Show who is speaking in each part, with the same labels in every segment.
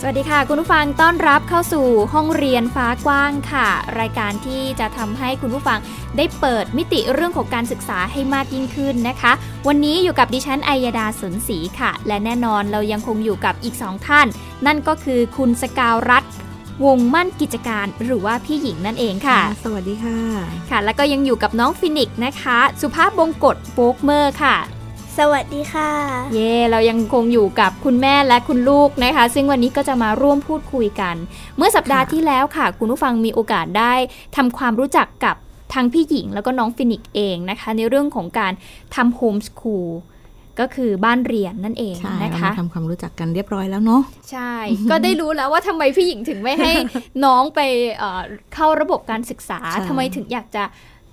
Speaker 1: สวัสดีค่ะ คุณผู้ฟังต้อนรับเข้าสู่ห้องเรียนฟ้ากว้างค่ะ รายการที่จะทำให้คุณผู้ฟังได้เปิดมิติเรื่องของการศึกษาให้มากยิ่งขึ้นนะคะ วันนี้อยู่กับดิฉันอัยดาสนศรีค่ะ และแน่นอนเรายังคงอยู่กับอีก 2 ท่าน นั่นก็คือคุณสกาวรัฐวงมั่นกิจการ หรือว่าพี่หญิงนั่นเองค่ะ
Speaker 2: สวัสดีค่ะ
Speaker 1: ค่ะ แล้วก็ยังอยู่กับน้องฟินิกซ์นะคะ สุภาพบงกตโฟกเมอร์ค่ะ
Speaker 3: สวัสดีค่ะ
Speaker 1: เย่เรายังคงอยู่กับคุณแม่และคุณลูกนะคะ ซึ่งวันนี้ก็จะมาร่วมพูดคุยกัน เมื่อสัปดาห์ที่แล้วค่ะ คุณผู้ฟังมีโอกาสได้ทำความรู้จักกับทางพี่หญิงแล้วก็น้องฟินิกซ์เองนะคะ ในเรื่องของการทำโฮมสคูลก็คือบ้านเรียนนั่นเอง
Speaker 2: ใช่
Speaker 1: นะ
Speaker 2: เรา
Speaker 1: คะ
Speaker 2: มาทำความรู้จักกันเรียบร้อยแล้วเนาะ
Speaker 1: ใช่ ก็ได้รู้แล้วว่าทำไมพี่หญิงถึงไม่ให้ น้องไปเอ่อเข้าระบบการศึกษา
Speaker 2: ใช่
Speaker 1: ทำไมถึงอยากจะ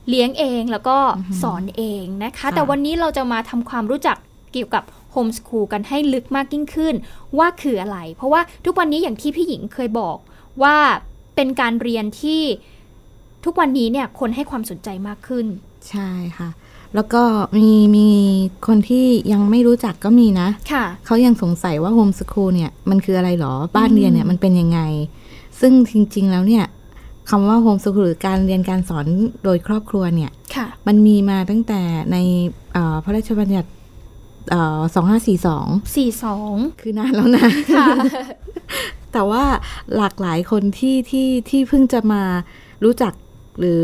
Speaker 1: เลี้ยงเองแล้วก็สอนเองนะคะ
Speaker 2: ค่ะ
Speaker 1: แต่วันนี้เราจะมาทำความรู้จักเกี่ยวกับโฮมส o ูลกันให้ลึกมากยิ่งขึ้น ว่าคืออะไร เพราะว่าทุกวันนี้อย่างที่พี่หญิงเคยบอกว่าเป็นการเรียนที่ทุกวันนี้เนี่ยคนให้ความสนใจมากขึ้น
Speaker 2: ใช่ค่ะ แล้วก็มีมีคนที่ยังไม่รู้จักก็มีนะ
Speaker 1: ค่ะ
Speaker 2: เขายังสงสัยว่าโฮมส o ูลเนี่ยมันคืออะไรหรอ บ้าน
Speaker 1: อืม
Speaker 2: เรียนเนี่ยมันเป็นยังไง ซึ่งจริง ๆ แล้วเนี่ยคำว่าโฮมส o ูลหรือการเรียนการสอนโดยครอบครัวเนี่ย
Speaker 1: ค่ะ
Speaker 2: มันมีมาตั้งแต่ในเอ่อพระราชบัญญัติเอ่อ2542
Speaker 1: สี่สอง
Speaker 2: คือนานแล้วนะ
Speaker 1: ค่ะ
Speaker 2: แต่ว่าหลากหลายคนที่ที่ที่เพิ่งจะมารู้จักหรือ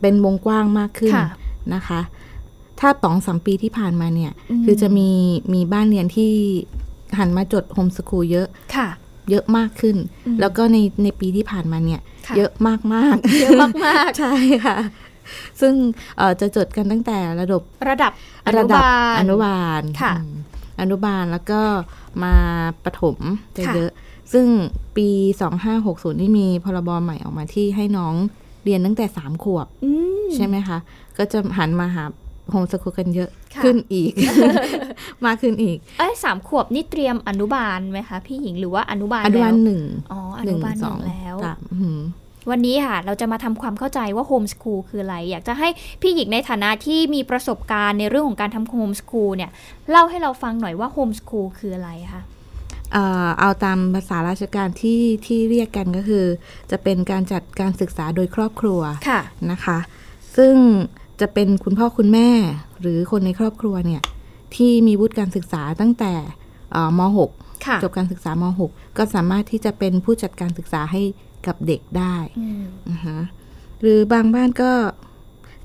Speaker 2: เป็นวงกว้างมากขึ้น
Speaker 1: ค่ะ
Speaker 2: นะคะ ถ้าสองสามปีที่ผ่านมาเนี่ย
Speaker 1: อืม
Speaker 2: คือจะมีมีบ้านเรียนที่หันมาจดโฮมส o ูลเยอะ
Speaker 1: ค่ะ
Speaker 2: เยอะมากขึ้น
Speaker 1: อืม
Speaker 2: แล้วก็ในในปีที่ผ่านมาเนี่ย
Speaker 1: ค่ะ
Speaker 2: เยอะมากมาก
Speaker 1: เยอะมาก
Speaker 2: ๆ ใช่ค่ะ ซึ่งเอ่อจะจดกันตั้งแต่ระดับ
Speaker 1: ๆระดับอ
Speaker 2: ระ
Speaker 1: นุ
Speaker 2: ดับบ
Speaker 1: าล
Speaker 2: อนุบาล
Speaker 1: ค่ะ
Speaker 2: อืมอนุบาลแล้วก็มาประถมจะเยอะ ซึ่งปี 2560 นี่มีพรบใหม่ออกมาที่ให้น้องเรียนตั้งแต่ 3 ขวบ
Speaker 1: อืม
Speaker 2: ใช่ไหมคะ ก็จะหันมาหาโฮมสกูลกันเยอะ
Speaker 1: ค่ะ
Speaker 2: ขึ้นอี ก มากขึ้นอีก
Speaker 1: เอ้ยสามขวบนี่เตรียมอนุบาลไหมคะพี่หญิงหรือว่าอนุบาล
Speaker 2: อนุบาล
Speaker 1: แล้
Speaker 2: หนึ่ง
Speaker 1: วอ๋ออนุบาลหนึ่งแล้ว
Speaker 2: สามอืม
Speaker 1: วันนี้ค่ะ เราจะมาทำความเข้าใจว่าโฮมส o ูลคืออะไร อยากจะให้พี่หญิงในฐานะที่มีประสบการณ์ในเรื่องของการทำโฮมส o ูลเนี่ย เล่าให้เราฟังหน่อยว่าโฮมส o ูลคืออะไรคะ
Speaker 2: เอ่อเอาตามภาษาราชการที่ที่เรียกกันก็คือ จะเป็นการจัดการศึกษาโดยครอบครัว
Speaker 1: ค่ะ
Speaker 2: นะคะ ซึ่งจะเป็นคุณพ่อคุณแม่หรือคนในครอบครัวเนี่ย ที่มีวุฒิการศึกษาตั้งแต่เอ่อม
Speaker 1: ค่ะ
Speaker 2: .6 จบการศึกษาม .6 ก็สามารถที่จะเป็นผู้จัดการศึกษาให้กับเด็กได้
Speaker 1: อืม
Speaker 2: อือฮะหรือบางบ้านก็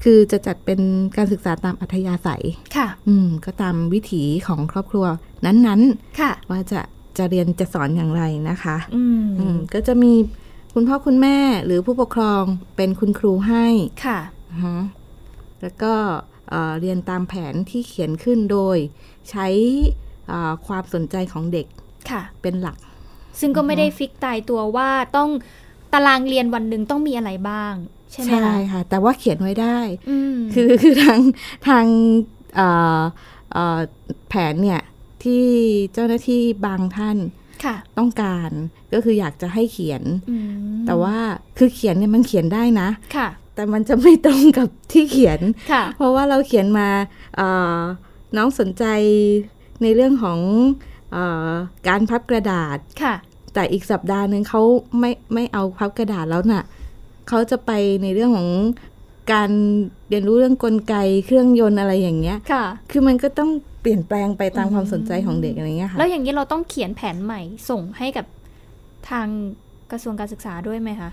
Speaker 2: คือจะจัดเป็นการศึกษาตามอัธยาศัย
Speaker 1: ค่ะ
Speaker 2: อืมก็ตามวิถีของครอบครัวนั้น
Speaker 1: ค่ะ
Speaker 2: ๆ ว่าจะจะเรียนจะสอนอย่างไรนะคะ
Speaker 1: อืม
Speaker 2: อืมก็จะมีคุณพ่อคุณแม่หรือผู้ปกครองเป็นคุณครูให้
Speaker 1: ค่ะ
Speaker 2: อือฮึแล้วก็เอ่อเรียนตามแผนที่เขียนขึ้นโดยใช้เอ่อความสนใจของเด็ก
Speaker 1: ค่ะ
Speaker 2: เป็นหลัก
Speaker 1: ซึ่งก็ไม่ได้ฟิกตายตัวว่าต้องตารางเรียนวันหนึ่งต้องมีอะไรบ้าง ใช่ไหม
Speaker 2: ใช่
Speaker 1: คะ
Speaker 2: ค่ะ แต่ว่าเขียนไว้ได้
Speaker 1: อืม
Speaker 2: คือ คือทางทางเอ่อเอ่อแผนเนี่ย ที่เจ้าหน้าที่บางท่าน
Speaker 1: ค่ะ
Speaker 2: ต้องการก็คืออยากจะให้เขียน
Speaker 1: อืม
Speaker 2: แต่ว่าคือเขียนเนี่ยมันเขียนได้นะ
Speaker 1: ค่ะ
Speaker 2: แต่มันจะไม่ตรงกับที่เขียน
Speaker 1: ค่ะ
Speaker 2: เพราะว่าเราเขียนมาเอ่อน้องสนใจในเรื่องของเออการพับกระดาษ
Speaker 1: ค่ะ
Speaker 2: แต่อีกสัปดาห์หนึ่งเขาไม่ไม่เอาพับกระดาษแล้วน่ะเขาจะไปในเรื่องของการเรียนรู้เรื่องกลไกเครื่องยนต์อะไรอย่างเงี้ย
Speaker 1: ค่ะ
Speaker 2: คือมันก็ต้องเปลี่ยนแปลงไปตามความ
Speaker 1: อืม
Speaker 2: สนใจของเด็กอะไรเงี้ยค่ะ
Speaker 1: แล้วอย่างนี้เราต้องเขียนแผนใหม่ส่งให้กับทางกระทรวงการศึกษาด้วยไหมคะ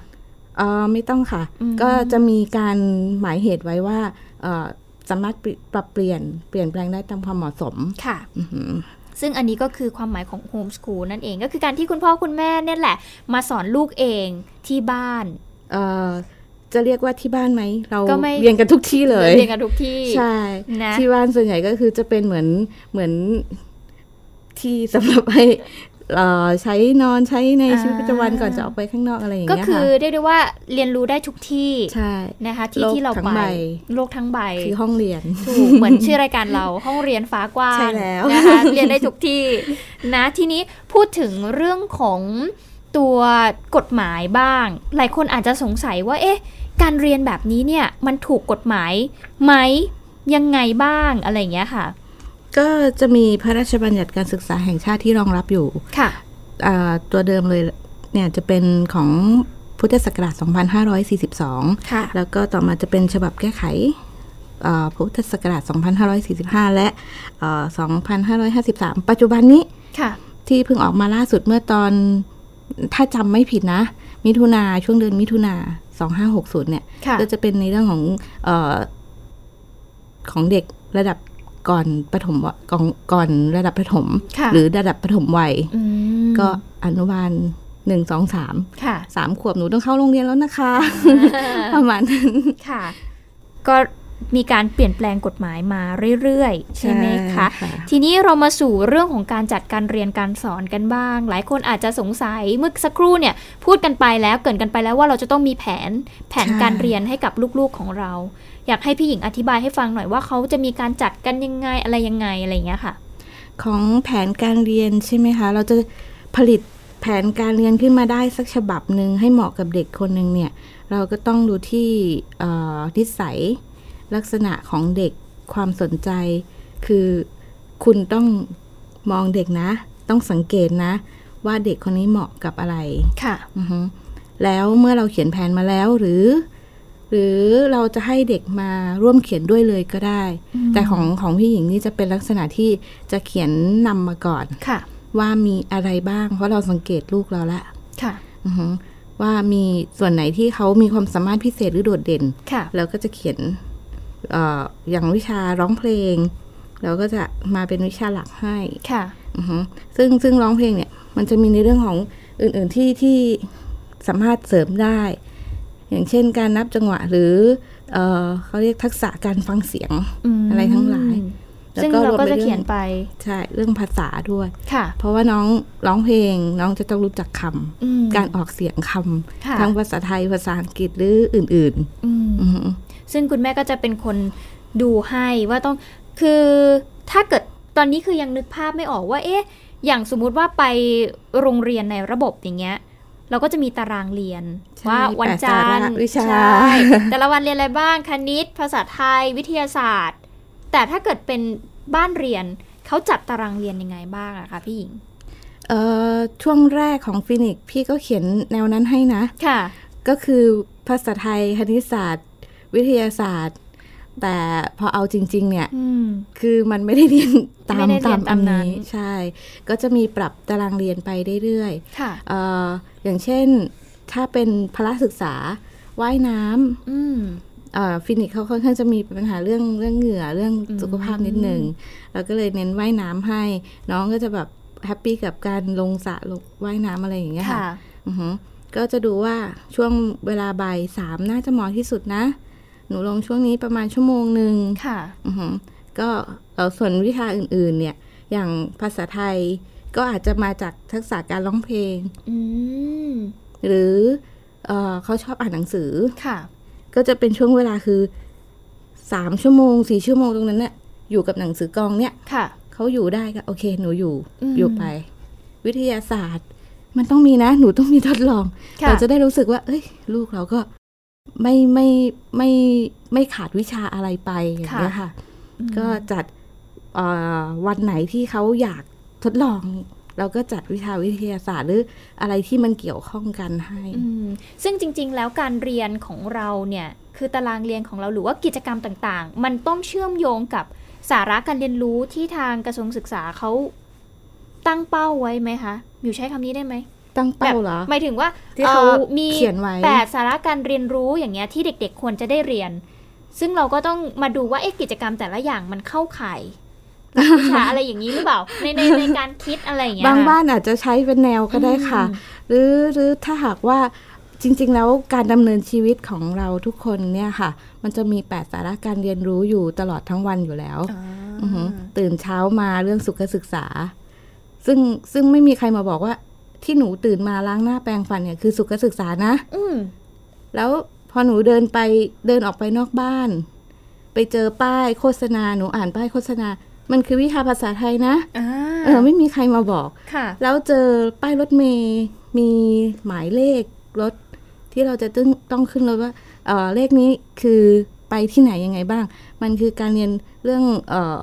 Speaker 2: เออไม่ต้องค่ะ
Speaker 1: อืม
Speaker 2: ก็จะมีการหมายเหตุไว้ว่าเอ่อสามารถปรับเปลี่ยนเปลี่ยนแปลงได้ตามความเหมาะสม
Speaker 1: ค่ะ
Speaker 2: อือหือ
Speaker 1: ซึ่งอันนี้ก็คือความหมายของโฮมส o ูลนั่นเองก็คือการที่คุณพ่อคุณแม่เนี่ยแหละ มาสอนลูกเองที่บ้าน
Speaker 2: เอ่อ จะเรียกว่าที่บ้านไหม เรา
Speaker 1: ก็ไม่
Speaker 2: เรียนกันทุกที่เลย
Speaker 1: เรียนกันทุกที่
Speaker 2: ใช่
Speaker 1: นะ
Speaker 2: ที่บ้านส่วนใหญ่ก็คือจะเป็นเหมือนเหมือนที่สำหรับให้เอ่อใช้นอนใช้ในชีวิตประจำวันก่อนจะออกไปข้างนอกอะไรอย่าง
Speaker 1: ก็
Speaker 2: เงี้ย
Speaker 1: คือ
Speaker 2: ค่ะ
Speaker 1: เรียกได้ว่าเรียนรู้ได้ทุกที่
Speaker 2: ใช่
Speaker 1: นะคะ ที่
Speaker 2: โลก
Speaker 1: ที่เรา
Speaker 2: ทั้
Speaker 1: ไป
Speaker 2: งใบ
Speaker 1: โลกทั้งใบ
Speaker 2: คือห้องเรียน
Speaker 1: ถูกเหมือนชื่อรายการเราห้องเรียนฟ้ากว้าง
Speaker 2: ใช่แล้ว
Speaker 1: นะคะเรียนได้ทุกที่นะทีนี้พูดถึงเรื่องของตัวกฎหมายบ้าง หลายคนอาจจะสงสัยว่าเอ๊ะ การเรียนแบบนี้เนี่ยมันถูกกฎหมายไหมยังไงบ้างอะไรอย่างเงี้ยค่ะ
Speaker 2: ก็จะมีพระราชบัญญัติการศึกษาแห่งชาติที่รองรับอยู่
Speaker 1: ค่ะ
Speaker 2: อ่าตัวเดิมเลยเนี่ยจะเป็นของพุทธศักราช 2542
Speaker 1: ค่ะ
Speaker 2: แล้วก็ต่อมาจะเป็นฉบับแก้ไขเอ่อพุทธศักราช 2545 และเอ่อ2553 ปัจจุบันนี้
Speaker 1: ค่ะ
Speaker 2: ที่เพิ่งออกมาล่าสุดเมื่อตอนถ้าจำไม่ผิดนะ มิถุนาช่วงเดือนมิถุนา2560 เนี่ย
Speaker 1: ค่ะ
Speaker 2: ก็จะเป็นในเรื่องของเออของเด็กระดับก่อนประถมวะก่อนก่อนระดับประถม
Speaker 1: ค่ะ
Speaker 2: หรือระดับประถมวัย
Speaker 1: อืม
Speaker 2: ก็อนุบาลหนึ่งสองสาม
Speaker 1: ค่ะ
Speaker 2: สามขวบหนูต้องเข้าโรงเรียนแล้วนะคะ ประมาณนั้น
Speaker 1: ค่ะ ก็มีการเปลี่ยนแปลงกฎหมายมาเรื่อยๆ ใช่ไหมคะ
Speaker 2: ใช่ค่ะ
Speaker 1: ทีนี้เรามาสู่เรื่องของการจัดการเรียนการสอนกันบ้าง หลายคนอาจจะสงสัยเมื่อสักครู่เนี่ย พูดกันไปแล้วเกรินกันไปแล้วว่าเราจะต้องมีแผนแผน
Speaker 2: ใช่
Speaker 1: การเรียนให้กับลูกๆของเรา อยากให้พี่หญิงอธิบายให้ฟังหน่อยว่าเขาจะมีการจัดกันยังไงอะไรยังไงอะไรอย่างเงี้ยค่ะ
Speaker 2: ของแผนการเรียนใช่ไหมคะ เราจะผลิตแผนการเรียนขึ้นมาได้สักฉบับหนึ่งให้เหมาะกับเด็กคนหนึ่งเนี่ย เราก็ต้องดูที่เอ่อนิสัยลักษณะของเด็กความสนใจ คือคุณต้องมองเด็กนะ ต้องสังเกตนะ ว่าเด็กคนนี้เหมาะกับอะไร
Speaker 1: ค่ะ
Speaker 2: อือฮึแล้วเมื่อเราเขียนแผนมาแล้วหรือ หรือเราจะให้เด็กมาร่วมเขียนด้วยเลยก็ได้ แต่ของของพี่หญิงนี่จะเป็นลักษณะที่จะเขียนนำมาก่อน
Speaker 1: ค่ะ
Speaker 2: ว่ามีอะไรบ้าง เพราะเราสังเกตลูกเราละ
Speaker 1: ค่ะ
Speaker 2: อือฮึว่ามีส่วนไหนที่เขามีความสามารถพิเศษหรือโดดเด่น
Speaker 1: ค่ะ
Speaker 2: เราก็จะเขียนเอออย่างวิชาร้องเพลง เราก็จะมาเป็นวิชาหลักให้
Speaker 1: ค่ะ
Speaker 2: อือฮึซึ่งซึ่งร้องเพลงเนี่ยมันจะมีในเรื่องของอื่น ๆที่ที่สามารถเสริมได้ อย่างเช่นการนับจังหวะหรือเออเขาเรียกทักษะการฟังเสียง
Speaker 1: ม
Speaker 2: อะไรทั้งหลาย
Speaker 1: ซึ่งเราก็จะเขียน
Speaker 2: รื่อง
Speaker 1: ไป
Speaker 2: ใช่เรื่องภาษาด้วย
Speaker 1: ค่ะ
Speaker 2: เพราะว่าน้องร้องเพลงน้องจะต้องรู้จักคำ
Speaker 1: อืม
Speaker 2: การออกเสียงคำ
Speaker 1: ค่ะ
Speaker 2: ทั้งภาษาไทยภาษาอังกฤษหรืออื่น
Speaker 1: อืม
Speaker 2: ๆ อือฮึ
Speaker 1: ซึ่งคุณแม่ก็จะเป็นคนดูให้ว่าต้องคือถ้าเกิดตอนนี้คือยังนึกภาพไม่ออกว่า เอ๊ะ อย่างสมมุติว่าไปโรงเรียนในระบบอย่างเงี้ย เราก็จะมีตารางเรียน
Speaker 2: ใช่
Speaker 1: ว่าวันจันท
Speaker 2: แปดสาระ
Speaker 1: ร์
Speaker 2: วิชา
Speaker 1: ใช่แต่ละวันเรียนอะไรบ้างคณิต ภาษาไทยวิทยาศาสตร์ แต่ถ้าเกิดเป็นบ้านเรียนเขาจัดตารางเรียนยังไงบ้างอะคะพี่หญิง
Speaker 2: เอ่อช่วงแรกของฟินิกซ์พี่ก็เขียนแนวนั้นให้นะ
Speaker 1: ค่ะ
Speaker 2: ก็คือภาษาไทยคณิตศาสตร์ วิทยาศาสตร์ แต่พอเอาจริง ๆ เนี่ย
Speaker 1: อืม
Speaker 2: คือมันไม่ได้เรียน ตา
Speaker 1: ไม่
Speaker 2: ม
Speaker 1: ได้เรี
Speaker 2: ตาย ม
Speaker 1: น
Speaker 2: อั
Speaker 1: ตาม
Speaker 2: น
Speaker 1: นั้น
Speaker 2: นี้ใช่ ก็จะมีปรับตารางเรียนไปเรื่อย
Speaker 1: ค่ะ
Speaker 2: ๆเอ่ออย่างเช่นถ้าเป็นพละศึกษาว่ายน้
Speaker 1: อืม
Speaker 2: ำเอ่อฟินิกส์เขาค่อนข้างจะมีปัญหาเรื่องเรื่องเหงื่อเรื่อง
Speaker 1: อืม
Speaker 2: สุขภาพนิดหนึ่งเราก็เลยเน้นว่ายน้ำให้ น้องก็จะแบบแฮปปี้กับการลงสระลงว่ายน้ำอะไรอย่างเงี้ยค่ะ
Speaker 1: ค่ะ
Speaker 2: อือหือก็จะดูว่าช่วงเวลาบ่ายสามน่าจะเหมาะที่สุดนะ หนูลงช่วงนี้ประมาณชั่วโมงหนึ่ง
Speaker 1: ค่ะ
Speaker 2: อือหือก็เอ่อส่วนวิชาอื่นๆเนี่ย อย่างภาษาไทยก็อาจจะมาจากทักษะการร้องเพลง
Speaker 1: อืม
Speaker 2: หรือเออเขาชอบอ่านหนังสือ
Speaker 1: ค่ะ
Speaker 2: ก็จะเป็นช่วงเวลาคือสามชั่วโมงสี่ชั่วโมงตรงนั้นเนี่ยอยู่กับหนังสือกองเนี่ย
Speaker 1: ค่ะ
Speaker 2: เขาอยู่ได้ก็โอเคหนูอยู่
Speaker 1: อืม
Speaker 2: อยู่ไป วิทยาศาสตร์ มันต้องมีนะหนูต้องมีทดลอง
Speaker 1: ค่
Speaker 2: เราจะได้รู้สึกว่า เอ้ย ลูกเราก็ไม่ไม่ไม่ไม่ขาดวิชาอะไรไปอย่างเงี้ยค่ะ
Speaker 1: อืม
Speaker 2: ก็จัดเอ่อวันไหนที่เขาอยากทดลอง เราก็จัดวิชาวิทยาศาสตร์ หรืออะไรที่มันเกี่ยวข้องกันให้
Speaker 1: อืมซึ่งจริงๆ แล้วการเรียนของเราเนี่ย คือตารางเรียนของเราหรือว่ากิจกรรมต่างๆ มันต้องเชื่อมโยงกับสาระการเรียนรู้ที่ทางกระทรวงศึกษาเขาตั้งเป้าไว้ไหมคะ อยู่ใช้คำนี้ได้ไหม
Speaker 2: ตั้งเป้าเหรอ
Speaker 1: หมายถึงว่า
Speaker 2: ที่เขา
Speaker 1: อ่อมี
Speaker 2: เขียนไว้
Speaker 1: แปดสาระการเรียนรู้อย่างเงี้ยที่เด็กๆ ควรจะได้เรียน ซึ่งเราก็ต้องมาดูว่าเอ๊ะกิจกรรมแต่ละอย่างมันเข้าข่ายหลักวิชา อะไรอย่างนี้หรือเปล่าในในในการคิดอะไรอย่างเงี้ย
Speaker 2: บาง
Speaker 1: ค่ะ
Speaker 2: บ้านอาจจะใช้เป็นแนวก็ได้ค่ะ
Speaker 1: อืม
Speaker 2: หรือหรือถ้าหากว่า จริง ๆ แล้วการดำเนินชีวิตของเราทุกคนเนี่ยค่ะ มันจะมีแปดสาระการเรียนรู้อยู่ตลอดทั้งวันอยู่แล้วอือหือตื่นเช้ามาเรื่องสุขศึกษา ซึ่งซึ่งไม่มีใครมาบอกว่า ที่หนูตื่นมาล้างหน้าแปรงฟันเนี่ยคือสุขศึกษานะ
Speaker 3: อืม
Speaker 2: แล้วพอหนูเดินไปเดินออกไปนอกบ้าน ไปเจอป้ายโฆษณาหนูอ่านป้ายโฆษณา มันคือวิชาภาษาไทยนะ
Speaker 3: อ่า
Speaker 2: เออไม่มีใครมาบอก
Speaker 3: ค่ะ
Speaker 2: แล้วเจอป้ายรถเมย์มีหมายเลขรถ ที่เราจะต้องต้องขึ้นรถว่าเออเลขนี้คือไปที่ไหนยังไงบ้าง มันคือการเรียนเรื่องเออ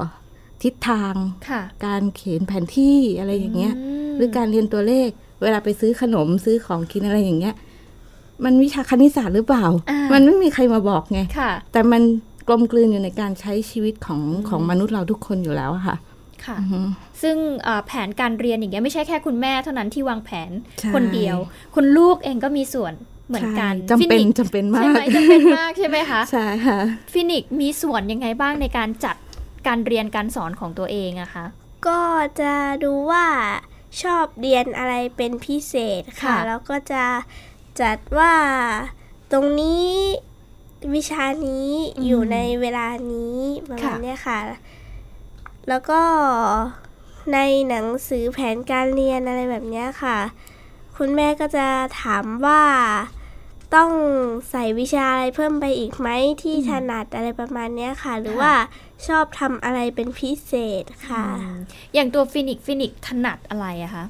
Speaker 2: ทิศทาง
Speaker 3: ค่ะ
Speaker 2: การเขียนแผนที่อะไรอย่างเงี้ย
Speaker 3: ม
Speaker 2: หรือการเรียนตัวเลข เวลาไปซื้อขนมซื้อของกินอะไรอย่างเงี้ย มันวิชาคณิตศาสตร์หรือเปล่า
Speaker 3: อ่า
Speaker 2: มันไม่มีใครมาบอกไง
Speaker 3: ค่ะ
Speaker 2: แต่มันกลมกลืนอยู่ในการใช้ชีวิตของของมนุษย์เราทุกคนอยู่แล้วอะค่ะ
Speaker 1: ค่ะ
Speaker 2: อือฮึ
Speaker 1: ซึ่งเอ่อแผนการเรียนอย่างเงี้ยไม่ใช่แค่คุณแม่เท่านั้นที่วางแผน
Speaker 2: ใช่
Speaker 1: คนเดียว คุณลูกเองก็มีส่วนเหมือนกัน
Speaker 2: ใช่จำเป็น
Speaker 1: ฟิก
Speaker 2: จำเป็นมา
Speaker 1: ใช่ไหม
Speaker 2: ก
Speaker 1: จำเป็นมากใช่ไหม คะ
Speaker 2: ใช่ค่ะ
Speaker 1: ฟินิกซ์มีส่วนยังไงบ้างในการจัดการเรียนการสอนของตัวเองอะคะ
Speaker 4: ก็จะดูว่าชอบเรียนอะไรเป็นพิเศษค่ะ
Speaker 1: ค่ะ
Speaker 4: แล้วก็จะจัดว่าตรงนี้วิชานี้อยู่ในเวลานี้ประมาณเนี้ยค่ะ แล้วก็ในหนังสือแผนการเรียนอะไรแบบเนี้ยค่ะ คุณแม่ก็จะถามว่าต้องใส่วิชาอะไรเพิ่มไปอีกไหมที่ถนัดอะไรประมาณเนี้ยค่ะ หรือว่าชอบทำอะไรเป็นพิเศษค่ะ
Speaker 1: อย่างตัวฟินิกซ์ฟินิกซ์ถนัดอะไรอะคะ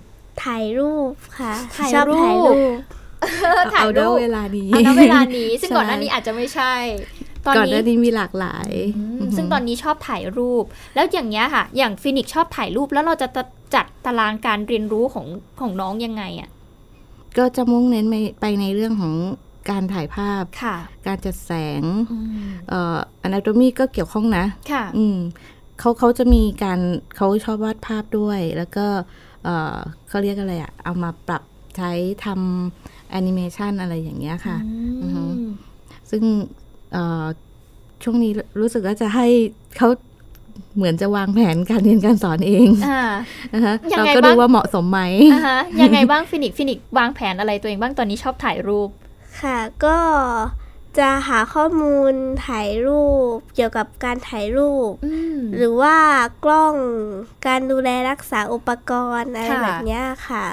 Speaker 4: ถ่ายรูปค่ะ
Speaker 1: ถ่าย
Speaker 4: ชอบถ่ายรู
Speaker 1: รู
Speaker 4: ป
Speaker 1: ถ่าย
Speaker 2: เอา
Speaker 1: รูป
Speaker 2: เด้วยเวลานี้
Speaker 1: เอาณเวลา นี้ ซึ่ง
Speaker 2: ใช่
Speaker 1: ก่อนหน้านี้อาจจะไม่ใช่ ตอน
Speaker 2: ก่อนห
Speaker 1: นี้
Speaker 2: น้านี้มีหลากหลาย
Speaker 1: อืม
Speaker 2: อือหื
Speaker 1: ซึ่งตอนนี้ชอบถ่ายรูป แล้วอย่างเงี้ยค่ะ อย่างฟินิกซ์ชอบถ่ายรูปแล้วเราจะตะจัดตารางการเรียนรู้ของของน้องยังไงอะ
Speaker 2: ก็จะมุ่งเน้นไปไปในเรื่องของการถ่ายภาพ
Speaker 1: ค่ะ
Speaker 2: การจัดแสง
Speaker 1: อืม
Speaker 2: เอ่อ anatomy ก็เกี่ยวข้องนะ
Speaker 1: ค่ะ
Speaker 2: อืมเขาเขาจะมีการเขาชอบวาดภาพด้วย แล้วก็เออเขาเรียกอะไรอะเอามาปรับใช้ทำแอนิเมชันอะไรอย่างเงี้ยค่ะ อือฮึ ซึ่งเอ่อช่วงนี้รู้สึกว่าจะให้เขาเหมือนจะวางแผนการเรียนการสอนเอง
Speaker 1: อ่า
Speaker 2: นะคะ
Speaker 1: ยัง
Speaker 2: เรา
Speaker 1: ไง
Speaker 2: ก็ดู
Speaker 1: บ้าง
Speaker 2: ว่าเหมาะสม ไหม
Speaker 1: อ่าฮะยังไงบ้างฟินิกฟินิกวางแผนอะไรตัวเองบ้างตอนนี้ชอบถ่ายรูป
Speaker 4: ค่ะก็จะหาข้อมูลถ่ายรูป เกี่ยวกับการถ่ายรูป
Speaker 1: อืม
Speaker 4: หรือว่ากล้องการดูแลรักษาอุปกรณ์อะไร
Speaker 1: ค่ะ
Speaker 4: แบบเนี้ยค่ะ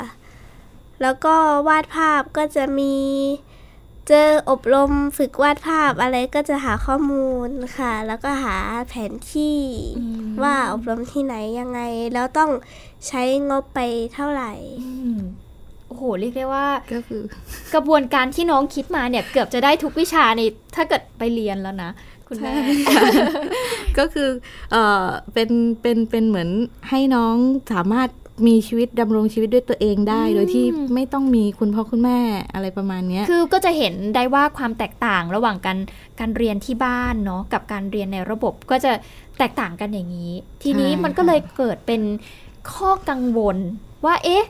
Speaker 4: แล้วก็วาดภาพก็จะมี เจออบรมฝึกวาดภาพอะไรก็จะหาข้อมูลค่ะ แล้วก็หาแผนที่ว่าอบรมที่ไหนยังไง แล้วต้องใช้งบไปเท่าไหร่
Speaker 1: อืมโอ้โหเรียกได้ว่า
Speaker 2: ก็คือก
Speaker 1: ระบวนการที่น้องคิดมาเนี่ยเกือบจะได้ทุกวิชาในถ้าเกิดไปเรียนแล้วนะ คุณแม่
Speaker 2: ก็คือเออเป็นเป็นเป็นเหมือนให้น้องสามารถมีชีวิตดำรงชีวิตด้วยตัวเองได้ โดยที่ไม่ต้องมีคุณพ่อคุณแม่อะไรประมาณเนี้ย
Speaker 1: คือก็จะเห็นได้ว่าความแตกต่างระหว่างการการเรียนที่บ้านเนาะกับการเรียนในระบบก็จะแตกต่างกันอย่างนี้ ทีนี้
Speaker 2: ใช่
Speaker 1: มันก็เลยเกิดเป็นข้อกังวลว่าเอ๊ะ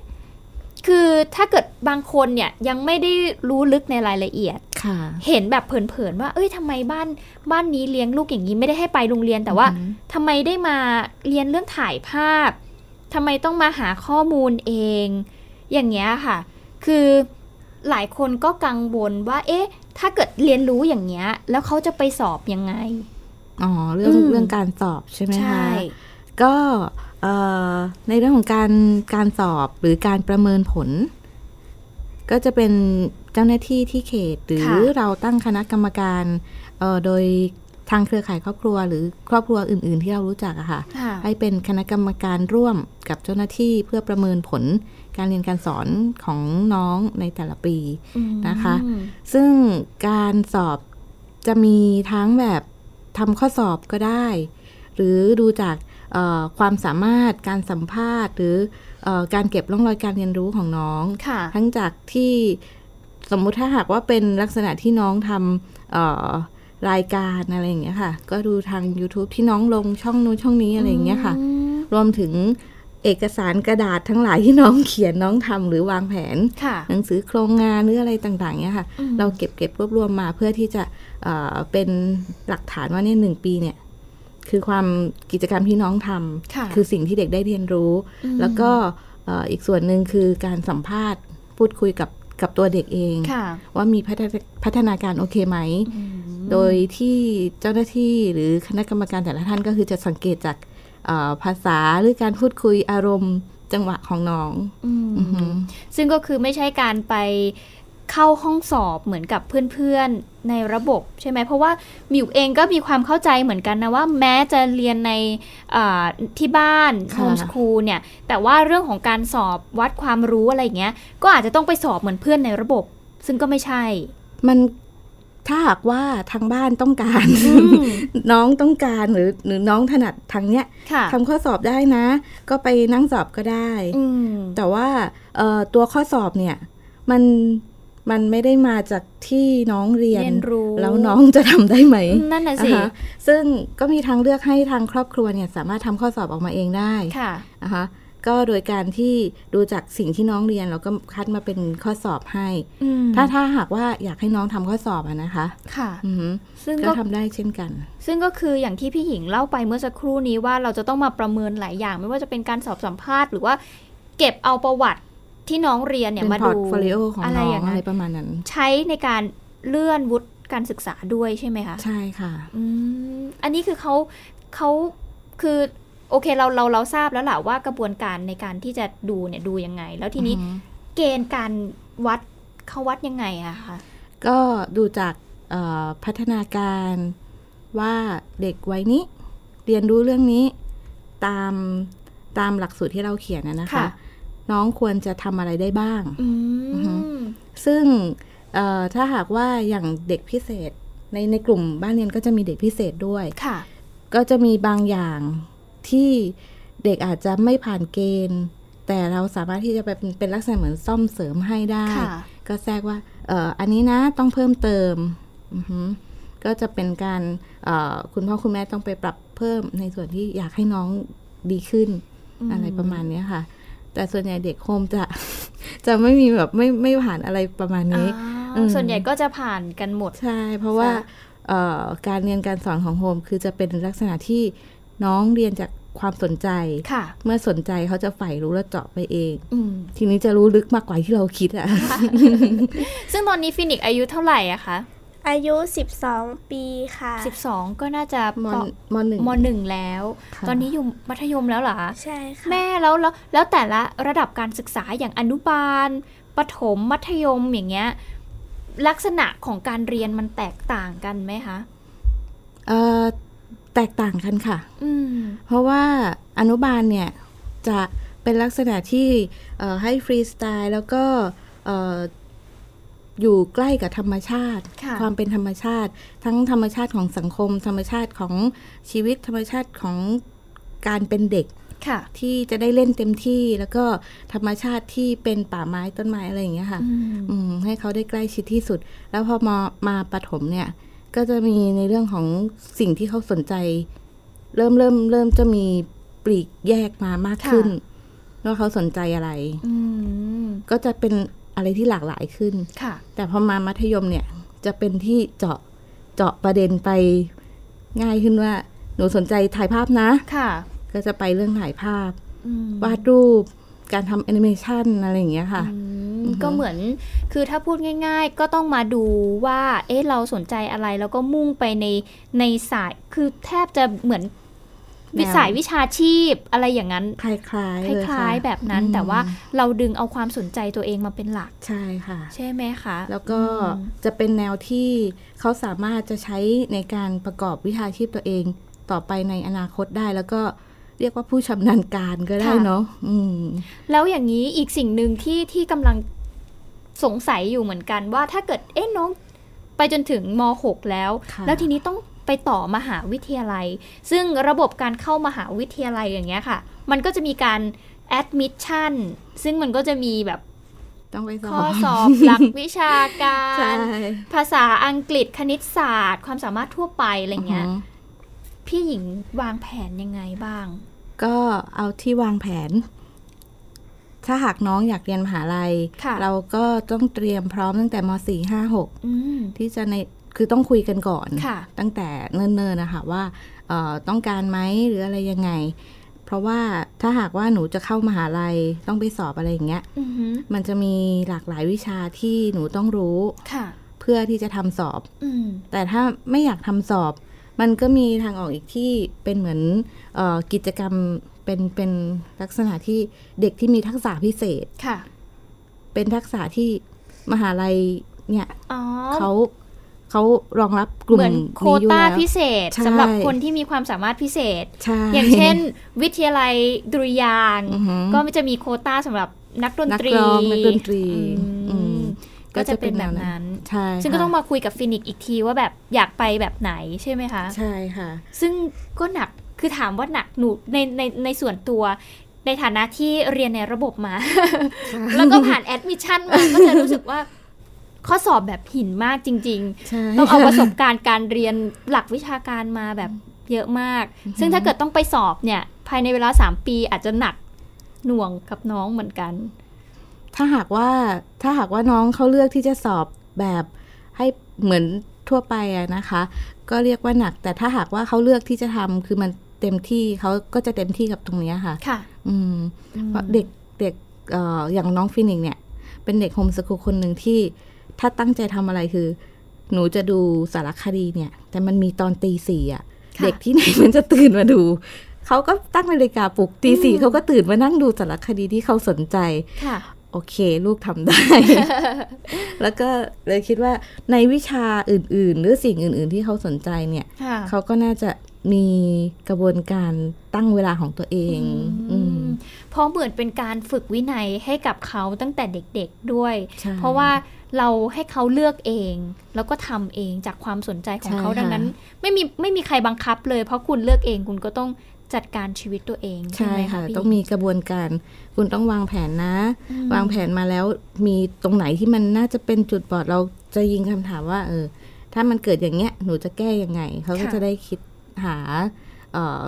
Speaker 1: คือถ้าเกิดบางคนเนี่ยยังไม่ได้รู้ลึกในรายละเอียด
Speaker 2: ค่ะ
Speaker 1: เห็นแบบเผินๆว่า เอ้ยทำไมบ้านบ้านนี้เลี้ยงลูกอย่างนี้ไม่ได้ให้ไปโรงเรียน แต่ว่าทำไมได้มาเรียนเรื่องถ่ายภาพทำไมต้องมาหาข้อมูลเอง อย่างเงี้ยค่ะ คือหลายคนก็กังวลว่า เอ๊ะ ถ้าเกิดเรียนรู้อย่างเงี้ย แล้วเขาจะไปสอบยังไง
Speaker 2: อ๋อเรื่อง
Speaker 1: อืม
Speaker 2: เรื่องการสอบใช่ไหม
Speaker 1: ใช่
Speaker 2: คะก็เอ่อในเรื่องของการการสอบหรือการประเมินผล ก็จะเป็นเจ้าหน้าที่ที่เขต หรือ
Speaker 1: ค่ะ
Speaker 2: เราตั้งคณะกรรมการเอ่อโดยทางเครือข่ายครอบครัว หรือครอบครัวอื่น ๆ ที่เรารู้จักอะค่ะ
Speaker 1: ค่ะ
Speaker 2: ให้เป็นคณะกรรมการร่วมกับเจ้าหน้าที่เพื่อประเมินผลการเรียนการสอนของน้องในแต่ละปี นะคะ
Speaker 1: อืม
Speaker 2: ซึ่งการสอบจะมีทั้งแบบทำข้อสอบก็ได้ หรือดูจากเอ่อความสามารถการสัมภาษณ์ หรือเออการเก็บร่องรอยการเรียนรู้ของน้อง
Speaker 1: ค่ะ
Speaker 2: ทั้งจากที่สมมุติถ้าหากว่าเป็นลักษณะที่น้องทำเอ่อรายการอะไรอย่างเงี้ยค่ะ ก็ดูทาง YouTube ที่น้องลงช่องนู้นช่องนี้อะไรอย่างเงี้ยค่ะ รวมถึงเอกสารกระดาษทั้งหลายที่น้องเขียนน้องทำหรือวางแผน
Speaker 1: ค่ะ
Speaker 2: หนังสือโครงงานหรืออะไรต่างๆเนี่ยค่ะ
Speaker 1: อืม
Speaker 2: เราเก็บเก็บรวบรวมมาเพื่อที่จะเอ่อเป็นหลักฐานว่าเนี่ยหนึ่งปีเนี่ย คือความกิจกรรมที่น้องทำ
Speaker 1: ค่ะ
Speaker 2: คือสิ่งที่เด็กได้เรียนรู้ แล้วก็เอ่ออีกส่วนหนึ่งคือการสัมภาษณ์พูดคุยกับ กับตัวเด็กเอง
Speaker 1: ค่ะ
Speaker 2: ว่ามีพัฒนาพัฒนาการโอเคไหม โดยที่เจ้าหน้าที่หรือคณะกรรมการแต่ละท่านก็คือจะสังเกตจากเอ่อภาษาหรือการพูดคุยอารมณ์จังหวะของน้อง
Speaker 1: อืม
Speaker 2: อือหือ
Speaker 1: ซึ่งก็คือไม่ใช่การไปเข้าห้องสอบเหมือนกับเพื่อนๆในระบบใช่ไหมเพราะว่าหมิวเองก็มีความเข้าใจเหมือนกันนะว่าแม้จะเรียนในอ่าที่บ้านโฮ
Speaker 2: ค่ะ
Speaker 1: มสคูลเนี่ย แต่ว่าเรื่องของการสอบวัดความรู้อะไรอย่างเงี้ย ก็อาจจะต้องไปสอบเหมือนเพื่อนในระบบ ซึ่งก็ไม่ใช่
Speaker 2: มันถ้าหากว่าทางบ้านต้องการ
Speaker 1: ม
Speaker 2: น้องต้องการหรือหรือน้องถนัดทางเนี้ย
Speaker 1: ค่ะ
Speaker 2: ทำข้อสอบได้นะ ก็ไปนั่งสอบก็ได้
Speaker 1: อืม
Speaker 2: แต่ว่าเอ่อตัวข้อสอบเนี่ยมันมันไม่ได้มาจากที่น้องเรียน
Speaker 1: เรียนรู้
Speaker 2: แล้วน้องจะทำได้ไหม
Speaker 1: นั่นน่ะ
Speaker 2: อ่า
Speaker 1: สิ
Speaker 2: ฮะซึ่งก็มีทางเลือกให้ทางครอบครัวเนี่ยสามารถทำข้อสอบออกมาเองได้
Speaker 1: ค่ะ
Speaker 2: นะคะก็โดยการที่ดูจากสิ่งที่น้องเรียนเราก็คัดมาเป็นข้อสอบให้
Speaker 1: อืม
Speaker 2: ถ้าถ้าหากว่าอยากให้น้องทำข้อสอบอะนะคะ
Speaker 1: ค่ะ
Speaker 2: อือหือ
Speaker 1: ซึ่ง
Speaker 2: ก็
Speaker 1: ก็
Speaker 2: ทำได้เช่นกัน
Speaker 1: ซึ่งก็คืออย่างที่พี่หญิงเล่าไปเมื่อสักครู่นี้ว่าเราจะต้องมาประเมินหลายอย่าง ไม่ว่าจะเป็นการสอบสัมภาษณ์หรือว่าเก็บเอาประวัติที่น้องเรียนเนี่ย
Speaker 2: เป็น
Speaker 1: มา
Speaker 2: พอร์
Speaker 1: ดู
Speaker 2: ตโฟลิโอของ
Speaker 1: อะไร
Speaker 2: น้อ
Speaker 1: อย่าง ง
Speaker 2: อะ
Speaker 1: นั้
Speaker 2: ไร
Speaker 1: น
Speaker 2: ประมาณนั้น
Speaker 1: ใช้ในการเลื่อนวุฒิการศึกษาด้วยใช่ไหมคะ
Speaker 2: ใช่ค่ะ
Speaker 1: อืมอันนี้คือเขาเขาคือโอเคเราเราเราทราบแล้วแหละว่ากระบวนการในการที่จะดูเนี่ยดูยังไง แล้วทีนี้เกณฑ์การวัดเขาวัดยังไงอะคะ
Speaker 2: ก็ดูจากเอ่อพัฒนาการว่าเด็กวัยนี้ เรียนรู้เรื่องนี้ตามตามหลักสูตรที่เราเขียนนะนะคะ น้องควรจะทำอะไรได้บ้าง
Speaker 1: อื
Speaker 2: อือฮึ
Speaker 1: ม
Speaker 2: ซึ่งเอ่อถ้าหากว่าอย่างเด็กพิเศษในในกลุ่มบ้านเรียนก็จะมีเด็กพิเศษด้วย
Speaker 1: ค่ะ
Speaker 2: ก็จะมีบางอย่างที่เด็กอาจจะไม่ผ่านเกณฑ์ แต่เราสามารถที่จะไปเป็นเป็นลักษณะเหมือนซ่อมเสริมให้ได้
Speaker 1: ค่ะ
Speaker 2: ก็แทรกว่าเอ่ออันนี้นะต้องเพิ่มเติมอือหือก็จะเป็นการเอ่อคุณพ่อคุณแม่ต้องไปปรับเพิ่มในส่วนที่อยากให้น้องดีขึ้น อะไรประมาณเนี้ยค่ะ แต่ส่วนใหญ่เด็กโฮมจะ จะไม่มีแบบไม่ไม่ผ่านอะไรประมาณนี้
Speaker 1: อ๋ออ
Speaker 2: ม
Speaker 1: ส่วนใหญ่ก็จะผ่านกันหมด
Speaker 2: ใช่ เพราะว่า
Speaker 1: ค่ะ
Speaker 2: เอ่อการเรียนการสอนของโฮมคือจะเป็นลักษณะที่น้องเรียนจากความสนใจ
Speaker 1: ค่ะ
Speaker 2: เมื่อสนใจเขาจะใฝ่รู้แล้วเจาะไปเอง
Speaker 1: อืม
Speaker 2: ทีนี้จะรู้ลึกมากกว่าที่เราคิดอะ
Speaker 1: ซึ่งตอนนี้ฟินิกซ์อายุเท่าไหร่อะคะ
Speaker 4: อายุ 12 ปีค่ะ
Speaker 1: 12 ก็น่าจะ
Speaker 2: ม
Speaker 1: ป
Speaker 2: มหนึ่ง
Speaker 1: มหนึ่งแล้ว
Speaker 2: ค่ะ
Speaker 1: ตอนนี้อยู่มัธยมแล้วเหรอคะ
Speaker 4: ใช่ค่ะ
Speaker 1: แม่แล้วแล้วแล้วแต่ละระดับการศึกษาอย่างอนุบาลประถมมัธยมอย่างเงี้ย ลักษณะของการเรียนมันแตกต่างกันไหมคะ
Speaker 2: เอ่อแตกต่างกันค่ะ
Speaker 1: อืม
Speaker 2: เพราะว่าอนุบาลเนี่ย จะเป็นลักษณะที่เอ่อให้ฟรีสไตล์แล้วก็เอ่ออยู่ใกล้กับธรรมชาติ
Speaker 1: ค่ะ
Speaker 2: ความเป็นธรรมชาติ ทั้งธรรมชาติของสังคม ธรรมชาติของชีวิตธรรมชาติของการเป็นเด็ก
Speaker 1: ค่ะ
Speaker 2: ที่จะได้เล่นเต็มที่ แล้วก็ธรรมชาติที่เป็นป่าไม้ต้นไม้อะไรอย่างเงี้ยค่ะ
Speaker 1: อืม
Speaker 2: อืมให้เขาได้ใกล้ชิดที่สุด แล้วพอมามาปฐมเนี่ย ก็จะมีในเรื่องของสิ่งที่เขาสนใจ เริ่มเริ่มเริ่มจะมีปลีกแยกมามากขึ้นว่าเขาสนใจอะไร
Speaker 1: อืม
Speaker 2: ก็จะเป็นอะไรที่หลากหลายขึ้น
Speaker 1: ค่ะ
Speaker 2: แต่พอมามัธยมเนี่ย จะเป็นที่เจาะเจาะประเด็นไปง่ายขึ้นว่า หนูสนใจถ่ายภาพนะ
Speaker 1: ค่ะ
Speaker 2: ก็จะไปเรื่องถ่ายภาพ
Speaker 1: อืม
Speaker 2: วาดรูป การทำแอนิเมชันอะไรอย่างเงี้ยค่ะ
Speaker 1: อืม
Speaker 2: อือฮึ
Speaker 1: ก็เหมือน คือถ้าพูดง่าย ๆ ก็ต้องมาดูว่า เอ๊ะ เราสนใจอะไร แล้วก็มุ่งไปใน ในสาย คือแทบจะเหมือน
Speaker 2: แน
Speaker 1: วิ
Speaker 2: ว
Speaker 1: สายวิชาชีพ อะไรอย่างนั้น
Speaker 2: คล้ายๆ
Speaker 1: ค
Speaker 2: เลยค่ะ
Speaker 1: ล้ายๆ แบบนั้น
Speaker 2: อืม
Speaker 1: แต่ว่าเราดึงเอาความสนใจตัวเองมาเป็นหลัก
Speaker 2: ใช่ค่ะ
Speaker 1: ใช่ไหมคะ
Speaker 2: แล้วก็
Speaker 1: อืม
Speaker 2: จะเป็นแนวที่เขาสามารถจะใช้ในการประกอบวิชาชีพตัวเองต่อไปในอนาคตได้ แล้วก็เรียกว่าผู้ชำนาญการก็ได้เนาะอืม
Speaker 1: แล้วอย่างนี้อีกสิ่งหนึ่งที่ที่กำลังสงสัยอยู่เหมือนกันว่าถ้าเกิด เอ๊ะ น้องไปจนถึงม .6 แล้ว
Speaker 2: ค่ะ
Speaker 1: แล้วทีนี้ต้องไปต่อมหาวิทยาลัย ซึ่งระบบการเข้ามหาวิทยาลัยอย่างเงี้ยค่ะ มันก็จะมีการ admission ซึ่งมันก็จะมีแบบ
Speaker 2: ต้องไปสอบ
Speaker 1: ข้อสอบ หลักวิชาการ
Speaker 2: ใช่
Speaker 1: ภาษาอังกฤษคณิตศาสตร์ ความสามารถทั่วไปอะไรเงี้ย
Speaker 2: อือหือ
Speaker 1: พี่หญิงวางแผนยังไงบ้าง
Speaker 2: ก็เอาที่วางแผน ถ้าหากน้องอยากเรียนมหาลัย
Speaker 1: ค่ะ
Speaker 2: เราก็ต้องเตรียมพร้อมตั้งแต่ม .4 5
Speaker 1: อืม
Speaker 2: 6 ที่จะในคือต้องคุยกันก่อน
Speaker 1: ค่ะ
Speaker 2: ตั้งแต่เนิ่นๆนะคะว่าเอ่อต้องการไหมหรืออะไรยังไง พ ราะว่าถ้าหากว่าหนูจะเข้ามหาลัยต้องไปสอบอะไรอย่างเงี้ย
Speaker 1: อือหือ
Speaker 2: มันจะมีหลากหลายวิชาที่หนูต้องรู้
Speaker 1: ค่ะ
Speaker 2: เพื่อที่จะทำสอบ
Speaker 1: อืม
Speaker 2: แต่ถ้าไม่อยากทำสอบ มันก็มีทางออกอีกที่เป็นเหมือนเออกิจกรรมเป็นเป็นลักษณะที่เด็กที่มีทักษะพิเศษ
Speaker 1: ค่ะ
Speaker 2: เป็นทักษะที่มหาลัยเนี่ย
Speaker 1: อ๋อ
Speaker 2: เขาเขารองรับกลุ่ม
Speaker 1: เหมือนโคว
Speaker 2: นี้อยู่
Speaker 1: ต้า
Speaker 2: แล้ว
Speaker 1: พิเศษ
Speaker 2: ใช่
Speaker 1: สำหรับคนที่มีความสามารถพิเศษ
Speaker 2: ใช่
Speaker 1: อย่างเช่น วิทยาลัยดุริยางค์
Speaker 2: อือหือ
Speaker 1: ก็จะมีโควต้าสำหรับนักดน
Speaker 2: นัก
Speaker 1: ตรี
Speaker 2: ร้องนักดนตรี
Speaker 1: อื
Speaker 2: อื
Speaker 1: ม
Speaker 2: ม
Speaker 1: ก็จะเป็นแบบนั้น
Speaker 2: ใช่
Speaker 1: ซึ่งก็
Speaker 2: ค่ะ
Speaker 1: ต้องมาคุยกับฟินิกซ์อีกทีว่าแบบอยากไปแบบไหนใช่ไหมคะ
Speaker 2: ใช่ค่ะ
Speaker 1: ซึ่งก็หนัก คือถามว่าหนักหนูในในในส่วนตัว ในฐานะที่เรียนในระบบมา แล้วก็ผ่านแอดมิชชั่นมา ก็จะรู้สึกว่า ข้อสอบแบบหินมากจริง
Speaker 2: ใช่
Speaker 1: ๆ ต้องเอาประสบการณ์การเรียนหลักวิชาการมาแบบเยอะมาก ซึ่งถ้าเกิดต้องไปสอบเนี่ย ภายในเวลา 3 ปีอาจจะหนักหน่วงกับน้องเหมือนกัน
Speaker 2: ถ้าหากว่าถ้าหากว่าน้องเขาเลือกที่จะสอบแบบให้เหมือนทั่วไปอะนะคะ ก็เรียกว่าหนัก แต่ถ้าหากว่าเขาเลือกที่จะทำคือมันเต็มที่เขาก็จะเต็มที่กับตรงเนี้ยค่ะ
Speaker 1: ค่ะ
Speaker 2: อืมเพราะเด็กเด็กเอ่ออย่างน้องฟินิกซ์เนี่ย เป็นเด็กโฮมสกูลคนหนึ่งที่ ถ้าตั้งใจทำอะไรคือ หนูจะดูสารคดีเนี่ย แต่มันมีตอนตีสี่อ่ะ
Speaker 1: ค่ะ
Speaker 2: เด็กที่ไหนมันจะตื่นมาดู เขาก็ตั้งนาฬิกาปลุกตีสี่เขาก็ตื่นมานั่งดูสารคดีที่เขาสนใจ
Speaker 1: ค่ะ
Speaker 2: โอเค ลูกทำ ได้ แล้วก็เลยคิดว่าในวิชาอื่น ๆ หรือสิ่งอื่น ๆ ที่เขาสนใจเนี่ย
Speaker 1: ค่ะ
Speaker 2: เขาก็น่าจะมีกระบวนการตั้งเวลาของตัวเองอืม
Speaker 1: เพราะเหมือนเป็นการฝึกวินัยให้กับเขาตั้งแต่เด็กๆด้วย
Speaker 2: ใช่
Speaker 1: เพราะว่าเราให้เขาเลือกเอง แล้วก็ทำเองจากความสนใจของเขา
Speaker 2: ใช่ค่ะ
Speaker 1: ดังนั้น ไม่มีไม่มีใครบังคับเลย เพราะคุณเลือกเองคุณก็ต้องจัดการชีวิตตัวเองใช่
Speaker 2: ใช่
Speaker 1: ไหมคะ
Speaker 2: ค่ะ
Speaker 1: พี่
Speaker 2: ต้องมีกระบวนการ คุณต้องวางแผนนะ
Speaker 1: อืม
Speaker 2: วางแผนมาแล้วมีตรงไหนที่มันน่าจะเป็นจุดบอดเราจะยิงคำถามว่า เออ ถ้ามันเกิดอย่างเงี้ยหนูจะแก้ยังไง เขาก็จะได้คิดหาเอ่อ